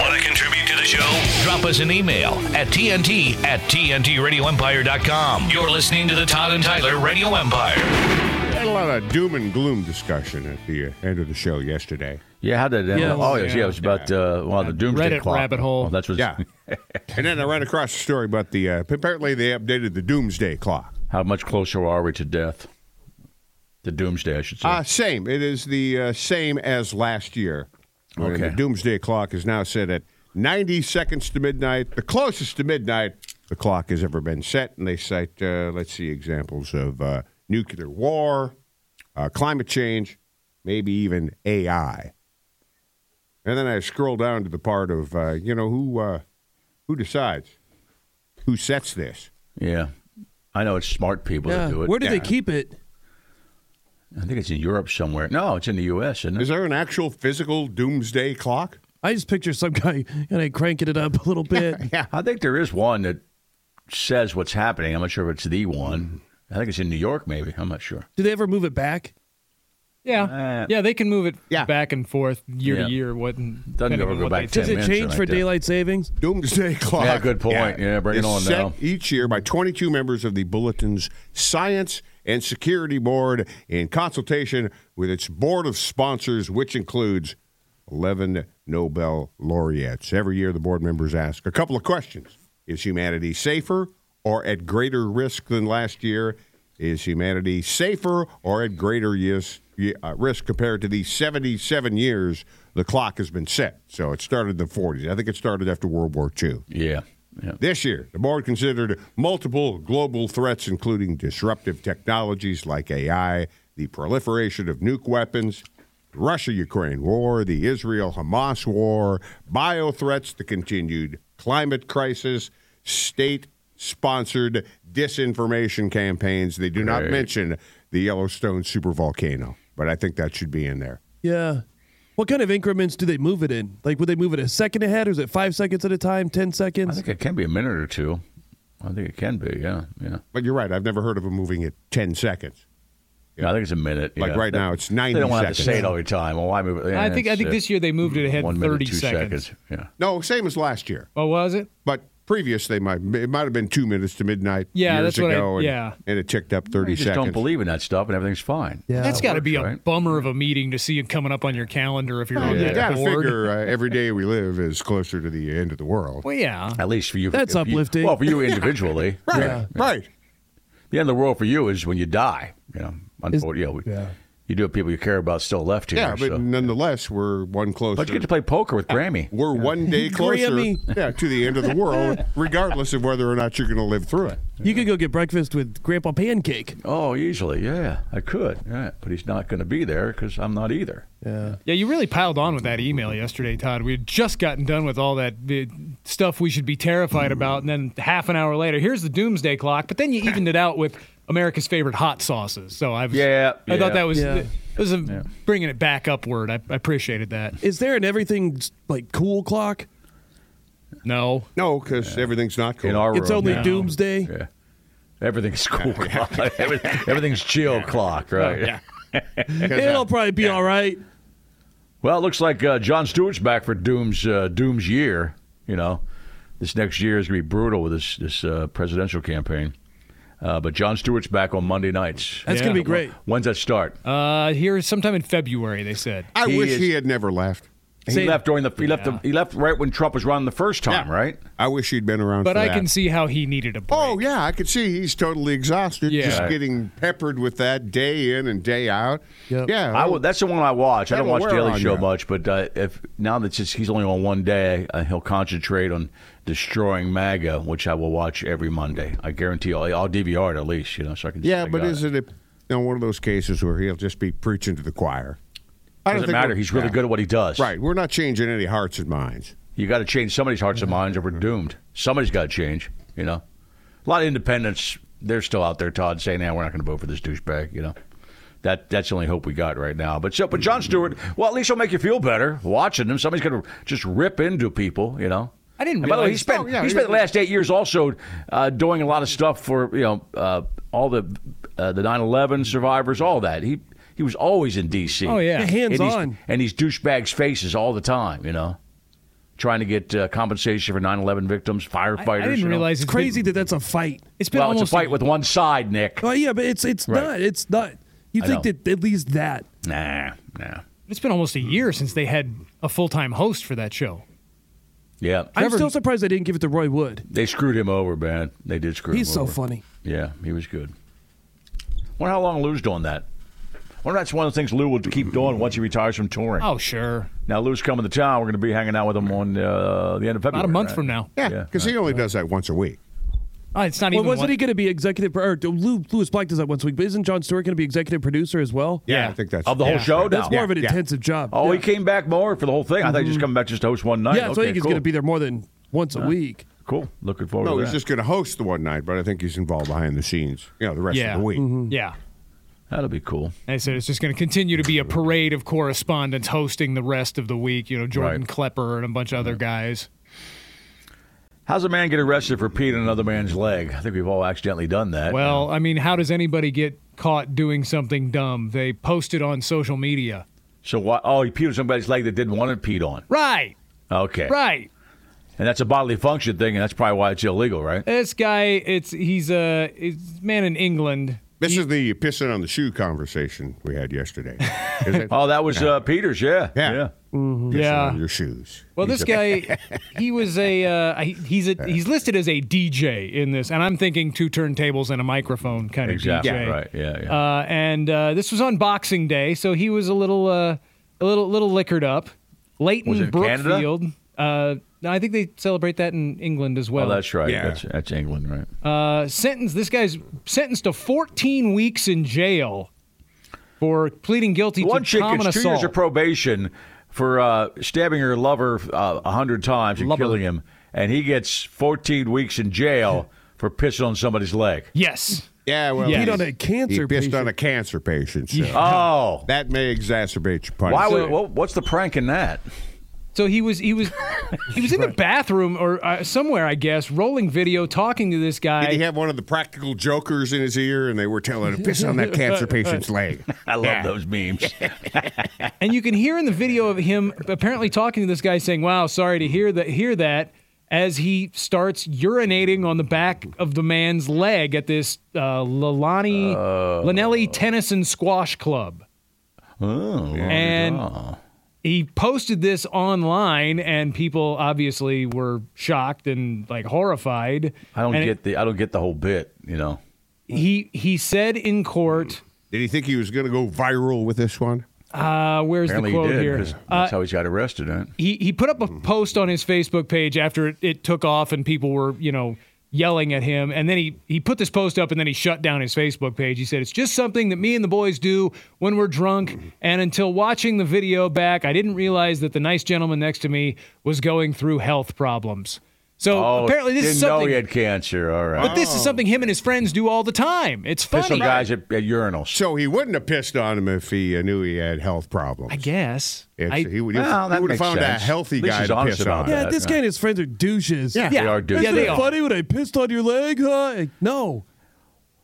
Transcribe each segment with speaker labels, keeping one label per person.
Speaker 1: Want to contribute to the show? Drop us an email at TNT at TNTRadioEmpire.com. You're listening to the Todd and Tyler Radio Empire.
Speaker 2: Had a lot of doom and gloom discussion at the uh, end of the show yesterday.
Speaker 3: Yeah, how did it end?
Speaker 4: Yeah.
Speaker 3: oh, yes, yeah, it was about uh, well, the doomsday
Speaker 4: Reddit
Speaker 3: clock.
Speaker 4: rabbit hole.
Speaker 3: Oh, that's what.
Speaker 2: Yeah, and then I ran across a story about the. Uh, apparently, they updated the doomsday clock.
Speaker 3: How much closer are we to death? The doomsday, I should say.
Speaker 2: Uh, same. It is the uh, same as last year. When
Speaker 3: Okay.
Speaker 2: The doomsday clock is now set at 90 seconds to midnight, the closest to midnight the clock has ever been set. And they cite, uh, let's see, examples of uh, nuclear war, uh, climate change, maybe even AI. And then I scroll down to the part of, uh, you know, who uh, who decides? Who sets this?
Speaker 3: yeah, I know it's smart people that do it.
Speaker 4: Where do they keep it?
Speaker 3: I think it's in Europe somewhere. No, it's in the U.S. Isn't
Speaker 2: Is
Speaker 3: it?
Speaker 2: there an actual physical doomsday clock?
Speaker 4: I just picture some guy and I cranking it up a little bit.
Speaker 3: I think there is one that says what's happening. I'm not sure if it's the one. I think it's in New York, maybe. I'm not sure.
Speaker 4: Do they ever move it back?
Speaker 5: Yeah,
Speaker 3: Uh,
Speaker 5: yeah, they can move it
Speaker 2: Yeah.
Speaker 5: back and forth year
Speaker 3: Yeah.
Speaker 5: to year. What and
Speaker 3: Doesn't
Speaker 5: depending
Speaker 3: ever
Speaker 5: on
Speaker 3: go
Speaker 5: what
Speaker 3: back
Speaker 5: they
Speaker 3: to
Speaker 4: Does
Speaker 3: Ten
Speaker 4: it
Speaker 3: minutes,
Speaker 4: change
Speaker 3: something
Speaker 4: for
Speaker 3: like that.
Speaker 4: daylight savings?
Speaker 2: Doomsday Clock.
Speaker 3: Yeah, good point. Yeah, bring it
Speaker 2: is
Speaker 3: on
Speaker 2: set
Speaker 3: now.
Speaker 2: Each year by 22 members of the Bulletin's Science and Security Board in consultation with its board of sponsors, which includes 11 Nobel laureates. Every year, the board members ask a couple of questions Is humanity safer or at greater risk than last year? Is humanity safer or at greater yes, ye- uh, risk compared to the 77 years the clock has been set? So it started in the 40s. I think it started after World War II.
Speaker 3: Yeah, yeah.
Speaker 2: This year, the board considered multiple global threats, including disruptive technologies like AI, the proliferation of nuke weapons, Russia Ukraine war, the Israel Hamas war, bio threats, the continued climate crisis, state sponsored disinformation campaigns. They do not
Speaker 3: Great.
Speaker 2: mention the Yellowstone supervolcano, but I think that should be in there.
Speaker 4: Yeah. What kind of increments do they move it in? Like, would they move it a second ahead, or is it five seconds at a time, ten
Speaker 3: I
Speaker 4: seconds?
Speaker 3: think it can be a minute or two. I think it can be. Yeah, yeah.
Speaker 2: But you're right, I've never heard of them moving it 10 seconds.
Speaker 3: Yeah, I think it's a minute.
Speaker 2: Like
Speaker 3: yeah.
Speaker 2: right now, it's 90
Speaker 3: They don't want to
Speaker 2: seconds.
Speaker 3: say it all the time. Well, why move it? Yeah,
Speaker 5: I think I
Speaker 3: it's,
Speaker 5: think
Speaker 3: uh,
Speaker 5: this year they moved it ahead
Speaker 3: one minute,
Speaker 5: thirty
Speaker 3: two
Speaker 5: seconds.
Speaker 3: Yeah.
Speaker 2: No, same as last year.
Speaker 5: Oh, was it?
Speaker 2: But previous, they might it might have been two minutes to midnight.
Speaker 5: Yeah,
Speaker 2: years
Speaker 5: that's what I-
Speaker 2: ago, and,
Speaker 5: yeah.
Speaker 2: and it ticked up thirty
Speaker 3: You just
Speaker 2: seconds.
Speaker 3: don't believe in that stuff, and everything's fine.
Speaker 4: Yeah.
Speaker 5: That's got to be a
Speaker 3: right?
Speaker 5: bummer of a meeting to see it coming up on your calendar if you're on
Speaker 2: Oh, You got
Speaker 5: that
Speaker 2: to
Speaker 5: board.
Speaker 2: figure uh, every day we live is closer to the end of the world.
Speaker 5: Well, yeah.
Speaker 3: At least for you.
Speaker 4: That's
Speaker 3: if you-
Speaker 4: uplifting.
Speaker 3: well, for you individually.
Speaker 2: Right,
Speaker 3: Yeah.
Speaker 2: right.
Speaker 3: The end of the world for you is when you die. You know, unfortunately, you, know, we-
Speaker 4: yeah.
Speaker 3: you do have people you care about still left here.
Speaker 2: Yeah, but Uh,
Speaker 3: so.
Speaker 2: nonetheless, we're one closer.
Speaker 3: but you get to play poker with Grammy.
Speaker 2: we're one day closer
Speaker 4: Grammy.
Speaker 2: yeah, to the end of the world, regardless of whether or not you're going to live through it.
Speaker 4: You could go get breakfast with Grandpa Pancake.
Speaker 3: Oh, easily, yeah, I could, yeah, but he's not going to be there because I'm not either.
Speaker 5: Yeah, you really piled on with that email yesterday, Todd. We had just gotten done with all that uh, stuff we should be terrified about, and then half an hour later, here's the doomsday clock. But then you evened it out with America's favorite hot sauces. So I was,
Speaker 3: Yeah,
Speaker 5: I thought
Speaker 3: yeah.
Speaker 5: that was
Speaker 4: Yeah.
Speaker 5: it was a, bringing it back upward. I, I appreciated that.
Speaker 4: Is there an everything like cool clock?
Speaker 5: No,
Speaker 2: No, because everything's not cool.
Speaker 3: In our
Speaker 4: It's
Speaker 3: room,
Speaker 4: only
Speaker 3: yeah.
Speaker 4: doomsday.
Speaker 3: Yeah. Everything's cool clock. Everything, everything's chill clock, right?
Speaker 5: yeah.
Speaker 4: It'll probably be all right.
Speaker 3: Well, it looks like uh, John Stewart's back for Doom's uh, Doom's year. You know, this next year is going to be brutal with this this uh, presidential campaign. Uh, but John Stewart's back on Monday nights.
Speaker 4: That's
Speaker 5: Yeah.
Speaker 4: gonna be great.
Speaker 2: Uh,
Speaker 3: When's that start?
Speaker 5: Uh, here sometime in February, they said.
Speaker 2: I
Speaker 3: He
Speaker 2: wish
Speaker 3: is-
Speaker 2: he had never left.
Speaker 3: He left during the he left the, he left right when Trump was running the first time,
Speaker 2: Yeah.
Speaker 3: right?
Speaker 2: I wish he'd been around.
Speaker 5: But
Speaker 2: for
Speaker 5: I
Speaker 2: that.
Speaker 5: can see how he needed a break.
Speaker 2: Oh yeah, I could see he's totally exhausted.
Speaker 5: Yeah.
Speaker 2: just getting peppered with that day in and day out.
Speaker 4: Yep.
Speaker 2: Yeah,
Speaker 3: I would, that's the one I watch. I don't
Speaker 2: That'll
Speaker 3: watch
Speaker 2: wear
Speaker 3: Daily
Speaker 2: on
Speaker 3: Show
Speaker 2: you.
Speaker 3: much, but uh, if now that it's, he's only on one day, uh, he'll concentrate on destroying MAGA, which I will watch every Monday. I guarantee you. I'll, I'll DVR it at least, you know, so I can.
Speaker 2: yeah,
Speaker 3: I
Speaker 2: but
Speaker 3: got
Speaker 2: is it, a, you know, one of those cases where he'll just be preaching to the choir? I don't
Speaker 3: Doesn't
Speaker 2: think
Speaker 3: matter.
Speaker 2: we're-
Speaker 3: He's really
Speaker 2: yeah.
Speaker 3: good at what he does.
Speaker 2: Right, we're not changing any hearts and minds.
Speaker 3: You got to change somebody's hearts and minds, or we're doomed. Somebody's got to change. You know, a lot of independents they're still out there, Todd, saying, "Now we're not going to vote for this douchebag." You know, that that's the only hope we got right now. But so, but John Stewart, well, at least he'll make you feel better watching him. Somebody's going to just rip into people. You know.
Speaker 5: I didn't
Speaker 3: And by the way, he
Speaker 5: realize-
Speaker 3: spent
Speaker 2: oh, yeah,
Speaker 3: he
Speaker 2: he-
Speaker 3: spent the last eight years also uh, doing a lot of stuff for you know uh, all the uh, the 9-11 survivors, all that. He he was always in D.C.
Speaker 5: Oh, yeah.
Speaker 4: Yeah, hands
Speaker 3: in these-
Speaker 4: on.
Speaker 3: and these douchebags' faces all the time. You know, trying to get uh, compensation for 9/11 victims, firefighters.
Speaker 5: I didn't
Speaker 3: you know.
Speaker 5: realize
Speaker 4: It's crazy that that's a fight.
Speaker 5: it's been
Speaker 3: Well,
Speaker 5: almost
Speaker 3: it's a fight with one side, Nick.
Speaker 4: Oh yeah, but it's it's
Speaker 3: Right.
Speaker 4: not. It's not. You
Speaker 3: I
Speaker 4: think
Speaker 3: know.
Speaker 4: that at least that.
Speaker 3: Nah, nah.
Speaker 5: It's been almost a year since they had a full time host for that show.
Speaker 3: Yeah,
Speaker 4: I'm still surprised they didn't give it to Roy Wood.
Speaker 3: they screwed him over, man. They did screw
Speaker 4: He's
Speaker 3: him
Speaker 4: so
Speaker 3: over.
Speaker 4: funny.
Speaker 3: Yeah, he was good. Wonder how long Lou's doing that. Wonder if that's one of the things Lou will keep doing once he retires from touring.
Speaker 5: Oh, sure.
Speaker 3: Now Lou's coming to town. We're going to be hanging out with him on uh, the end of February.
Speaker 5: About a month
Speaker 3: right?
Speaker 5: from now.
Speaker 2: Yeah,
Speaker 3: Yeah,
Speaker 2: because he only does that once a week.
Speaker 5: Oh, it's not
Speaker 4: Well,
Speaker 5: even.
Speaker 4: wasn't
Speaker 5: one-
Speaker 4: he going to be executive? Or Lou, Louis Black does that once a week, but isn't John Stewart going to be executive producer as well?
Speaker 2: Yeah,
Speaker 5: Yeah.
Speaker 2: I think that's
Speaker 3: of the whole
Speaker 5: Yeah.
Speaker 3: show.
Speaker 4: that's
Speaker 3: now?
Speaker 4: more of an
Speaker 2: yeah.
Speaker 4: intensive job.
Speaker 3: Oh,
Speaker 4: yeah.
Speaker 3: he came back more for the whole thing. I thought he just come back just to host one night.
Speaker 4: Yeah, so I
Speaker 3: Okay,
Speaker 4: think he's
Speaker 3: cool.
Speaker 4: going to be there more than once a week.
Speaker 3: Cool. Looking forward
Speaker 2: No,
Speaker 3: to
Speaker 2: he's
Speaker 3: that.
Speaker 2: just going to host the one night, but I think he's involved behind the scenes. You know, the rest
Speaker 5: Yeah. Mm-hmm.
Speaker 2: of the week.
Speaker 5: Yeah.
Speaker 3: That'll be cool.
Speaker 5: And so it's just going to continue to be a parade of correspondents hosting the rest of the week. You know, Jordan
Speaker 3: Right.
Speaker 5: Klepper and a bunch of other guys.
Speaker 3: How's a man get arrested for peeing in another man's leg? I think we've all accidentally done that.
Speaker 5: Well, I mean, how does anybody get caught doing something dumb? They post it on social media.
Speaker 3: so why? Oh, he peed on somebody's leg that didn't want it peed on.
Speaker 5: Right.
Speaker 3: Okay.
Speaker 5: Right.
Speaker 3: And that's a bodily function thing, and that's probably why it's illegal, right?
Speaker 5: This guy, it's he's a it's a man in England.
Speaker 2: This is the pissing on the shoe conversation we had yesterday. Is it?
Speaker 3: Oh, that was uh, Peters. Yeah.
Speaker 2: Yeah. Pissing
Speaker 5: Mm-hmm. yeah.
Speaker 2: on your shoes.
Speaker 5: Well, this guy, he was a uh, he- he's a he's listed as a DJ in this, and I'm thinking two turntables and a microphone kind of
Speaker 3: Exactly.
Speaker 5: DJ.
Speaker 3: Right. Yeah. Yeah.
Speaker 5: Uh, and uh, this was on Boxing Day, so he was a little uh, a little little liquored up. Leighton
Speaker 3: Was it in Canada?
Speaker 5: Brookfield. Uh, no, I think they celebrate that in England as well.
Speaker 3: oh, that's right.
Speaker 2: yeah.
Speaker 3: That's, that's England, right?
Speaker 5: uh, sentenced. This guy's sentenced to 14 weeks in jail for pleading guilty
Speaker 3: One
Speaker 5: to
Speaker 3: chick
Speaker 5: common
Speaker 3: gets two
Speaker 5: assault.
Speaker 3: years of probation for uh, stabbing her lover uh, a hundred times and
Speaker 5: Lover.
Speaker 3: killing him, and he gets 14 weeks in jail for pissing on somebody's leg.
Speaker 5: yes.
Speaker 2: Yeah, well,
Speaker 5: Yeah.
Speaker 4: Peed
Speaker 2: he-
Speaker 4: on a
Speaker 2: he
Speaker 4: cancer
Speaker 2: pissed
Speaker 4: patient.
Speaker 2: on a cancer patient. So
Speaker 3: Oh,
Speaker 2: That may exacerbate your punishment.
Speaker 3: why? Would, what, what's the prank in that?
Speaker 5: So he was he was he was in the bathroom or uh, somewhere I guess rolling video talking to this guy.
Speaker 2: Did he have one of the practical jokers in his ear and they were telling him, piss on that cancer patient's leg?
Speaker 3: I love
Speaker 2: Yeah.
Speaker 3: those memes.
Speaker 5: and you can hear in the video of him apparently talking to this guy saying, "Wow, sorry to hear that." Hear that as he starts urinating on the back of the man's leg at this uh, Lalani Lanelli Tennis and Squash Club.
Speaker 3: oh,
Speaker 5: And
Speaker 3: oh.
Speaker 5: he posted this online, and people obviously were shocked and like horrified.
Speaker 3: I don't
Speaker 5: And
Speaker 3: get the I don't get the whole bit. You know,
Speaker 5: He he said in court.
Speaker 2: Did he think he was going to go viral with this one?
Speaker 5: Uh, where's
Speaker 3: apparently
Speaker 5: the
Speaker 3: he
Speaker 5: quote
Speaker 3: did.
Speaker 5: here? Uh,
Speaker 3: 'cause that's how he's got arrested. Right?
Speaker 5: he he put up
Speaker 3: Mm-hmm.
Speaker 5: a post on his Facebook page after it, it took off and people were you know yelling at him and then he he put this post up and then he shut down his Facebook page. He said it's just something that me and the boys do when we're
Speaker 3: Mm-hmm.
Speaker 5: drunk and until watching the video back I didn't realize that the nice gentleman next to me was going through health problems. So
Speaker 3: Oh,
Speaker 5: apparently this
Speaker 3: didn't
Speaker 5: is
Speaker 3: know
Speaker 5: something
Speaker 3: he had cancer. All right,
Speaker 5: but this is something him and his friends do all the time. It's
Speaker 3: piss on
Speaker 5: funny.
Speaker 3: guys at, at urinals.
Speaker 2: So he wouldn't have pissed on him if he uh, knew he had health problems.
Speaker 5: I guess.
Speaker 2: It's-
Speaker 5: I-
Speaker 2: he would
Speaker 3: Well, that
Speaker 2: have
Speaker 3: makes
Speaker 2: found
Speaker 3: sense.
Speaker 2: a healthy
Speaker 3: At least
Speaker 2: guy
Speaker 3: he's
Speaker 2: to
Speaker 3: honest
Speaker 2: piss
Speaker 3: about
Speaker 2: on.
Speaker 3: it.
Speaker 4: yeah,
Speaker 3: that,
Speaker 4: this
Speaker 3: yeah.
Speaker 4: guy and his friends are douches.
Speaker 2: Yeah.
Speaker 3: They are douches.
Speaker 4: Isn't
Speaker 5: they
Speaker 4: it
Speaker 5: are.
Speaker 4: funny when I pissed on your leg, huh? Like, no.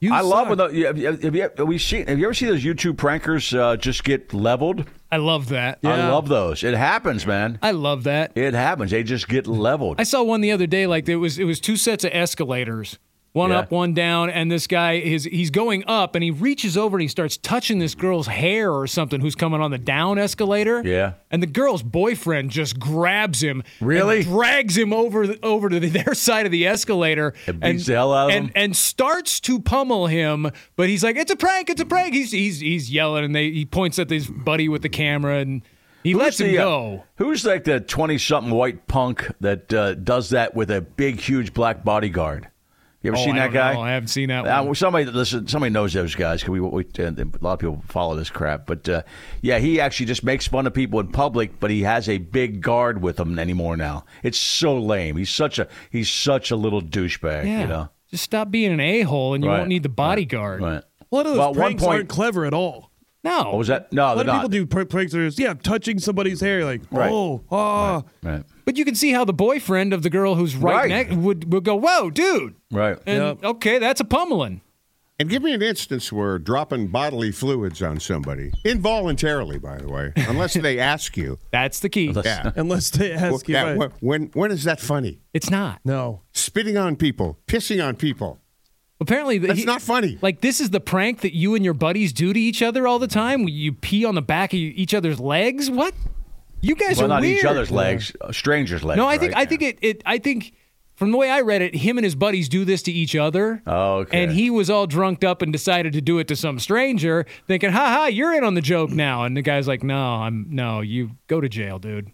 Speaker 4: You
Speaker 3: I love
Speaker 4: suck.
Speaker 3: when the, yeah, have, you- have you, have we seen, have you ever seen those YouTube prankers uh, just get leveled?
Speaker 5: I love that.
Speaker 3: I love those. It happens, man.
Speaker 5: I love that.
Speaker 3: It happens. They just get leveled.
Speaker 5: I saw one the other day. Like it was, it was two sets of escalators, One
Speaker 3: Yeah.
Speaker 5: up, one down, and this guy is he's going up and he reaches over and he starts touching this girl's hair or something who's coming on the down escalator.
Speaker 3: Yeah.
Speaker 5: And the girl's boyfriend just grabs him, and
Speaker 3: Really?
Speaker 5: drags him over over to the, their side of the escalator,
Speaker 3: And beats the hell out of
Speaker 5: and,
Speaker 3: him?
Speaker 5: and starts to pummel him. But he's like, "It's a prank! It's a prank!" He's he's he's yelling, and they he points at this buddy with the camera, and he lets him
Speaker 3: the, uh,
Speaker 5: go.
Speaker 3: who's like the twenty-something white punk that uh, does that with a big, huge black bodyguard? You ever
Speaker 5: Oh,
Speaker 3: seen
Speaker 5: I
Speaker 3: that
Speaker 5: don't
Speaker 3: guy?
Speaker 5: know. I haven't seen that
Speaker 3: Uh,
Speaker 5: one.
Speaker 3: well, somebody listen. Somebody knows those guys. 'cause we, we and a lot of people follow this crap, but uh, yeah, he actually just makes fun of people in public. But he has a big guard with him anymore now. It's so lame. He's such a he's such a little douchebag.
Speaker 5: Yeah.
Speaker 3: You know.
Speaker 5: Just stop being an a hole, and you
Speaker 3: Right.
Speaker 5: won't need the bodyguard.
Speaker 3: Right.
Speaker 4: A lot of those
Speaker 3: Well, at one
Speaker 4: pranks
Speaker 3: point-
Speaker 4: aren't clever at all.
Speaker 5: No.
Speaker 3: What was that? No,
Speaker 4: A lot
Speaker 3: they're
Speaker 4: of
Speaker 3: not.
Speaker 4: people do pr- pranks that are just, yeah, touching somebody's hair, like,
Speaker 3: Right.
Speaker 4: oh, ah.
Speaker 3: Right.
Speaker 5: But you can see how the boyfriend of the girl who's right,
Speaker 3: Right.
Speaker 5: next would, would go, "Whoa, dude!"
Speaker 3: Right.
Speaker 5: And
Speaker 4: Yep.
Speaker 5: okay, that's a pummeling.
Speaker 2: And give me an instance where dropping bodily fluids on somebody, involuntarily, by the way, unless they ask you.
Speaker 5: That's the key.
Speaker 2: Yeah.
Speaker 4: Unless they ask you.
Speaker 2: Yeah,
Speaker 4: right.
Speaker 2: when- when, when is that funny?
Speaker 5: It's not.
Speaker 4: No.
Speaker 2: Spitting on people, pissing on people.
Speaker 5: Apparently, the-
Speaker 2: That's not funny.
Speaker 5: Like this is the prank that you and your buddies do to each other all the time. You pee on the back of each other's legs. What? You guys
Speaker 3: well,
Speaker 5: are
Speaker 3: not
Speaker 5: weird.
Speaker 3: each other's legs, uh, strangers' legs.
Speaker 5: No, I think
Speaker 3: right?
Speaker 5: I think it, it. I think from the way I read it, him and his buddies do this to each other.
Speaker 3: Oh, okay.
Speaker 5: And he was all drunked up and decided to do it to some stranger, thinking, "Ha ha, you're in on the joke now." And the guy's like, "No, I'm no. You go to jail, dude."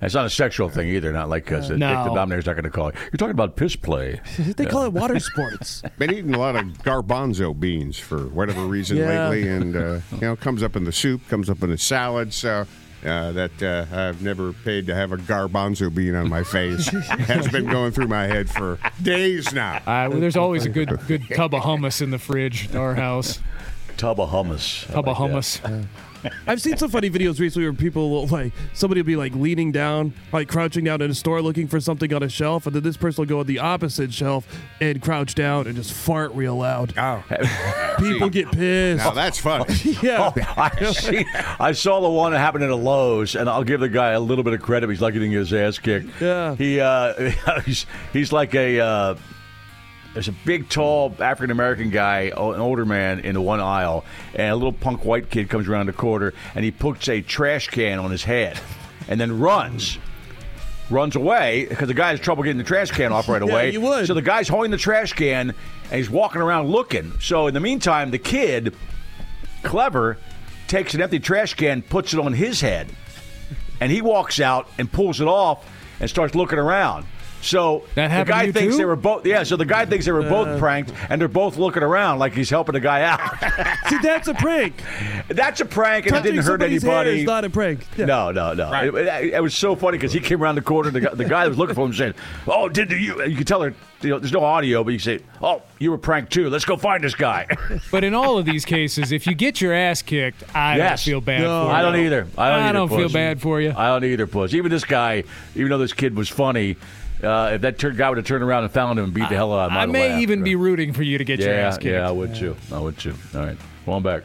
Speaker 3: it's not a sexual thing either. Not like because
Speaker 5: No.
Speaker 3: the denominator's not going to call you. You're talking about piss play.
Speaker 4: They call it water sports.
Speaker 2: Been eating a lot of garbanzo beans for whatever reason
Speaker 4: Yeah.
Speaker 2: lately, and uh, you know, comes up in the soup, comes up in the salad. So uh, that uh, I've never paid to have a garbanzo bean on my face has been going through my head for days now.
Speaker 5: Uh, well, there's always a good good tub of hummus in the fridge at our house.
Speaker 3: Tub of hummus. I
Speaker 5: Tub of
Speaker 3: like that.
Speaker 5: hummus.
Speaker 4: I've seen some funny videos recently where people will, like somebody will be like leaning down, like crouching down in a store looking for something on a shelf, and then this person will go on the opposite shelf and crouch down and just fart real loud.
Speaker 2: Oh,
Speaker 4: People get pissed.
Speaker 2: now that's funny.
Speaker 4: Yeah.
Speaker 3: Oh, I see. I saw the one that happened at a Lowe's, and I'll give the guy a little bit of credit. He's like getting his ass kicked.
Speaker 4: Yeah.
Speaker 3: He uh, he's he's like a uh, there's a big, tall African American guy, o- an older man, in the one aisle, and a little punk white kid comes around the corner, and he puts a trash can on his head, and then runs. Runs away because the guy has trouble getting the trash can off right
Speaker 4: Yeah,
Speaker 3: away.
Speaker 4: you would.
Speaker 3: So the guy's holding the trash can and he's walking around looking. So in the meantime, the kid clever takes an empty trash can, puts it on his head, and he walks out and pulls it off and starts looking around. So the
Speaker 5: That happened to
Speaker 3: guy
Speaker 5: you
Speaker 3: thinks
Speaker 5: too?
Speaker 3: they were both. Yeah, so the guy thinks they were both pranked, and they're both looking around like he's helping the guy out.
Speaker 4: See, that's a prank.
Speaker 3: That's a prank, and it
Speaker 4: Touching
Speaker 3: didn't hurt
Speaker 4: somebody's hair
Speaker 3: anybody.
Speaker 4: is not a prank. Yeah.
Speaker 3: No, no, no. It, it- it was so funny because he came around the corner. The guy, the guy that was looking for him said, "Oh, did you?" You could tell her. You know, there's no audio, but you say, "Oh, you were pranked too. Let's go find this guy."
Speaker 5: But in all of these cases, if you get your ass kicked, I
Speaker 3: Yes.
Speaker 5: don't feel bad
Speaker 4: No.
Speaker 5: for
Speaker 3: I don't
Speaker 5: you.
Speaker 3: either. I don't,
Speaker 5: I
Speaker 3: either,
Speaker 5: don't feel
Speaker 3: Puss.
Speaker 5: bad for you.
Speaker 3: I don't either, Puss. Even this guy, even though this kid was funny, uh, if that tur- guy would have turned around and found him and beat the hell out of him,
Speaker 5: I
Speaker 3: I'd
Speaker 5: may
Speaker 3: laugh.
Speaker 5: even be rooting for you to get your
Speaker 3: Yeah,
Speaker 5: ass kicked.
Speaker 3: yeah, I would too. I would too. All right, well, I'm back.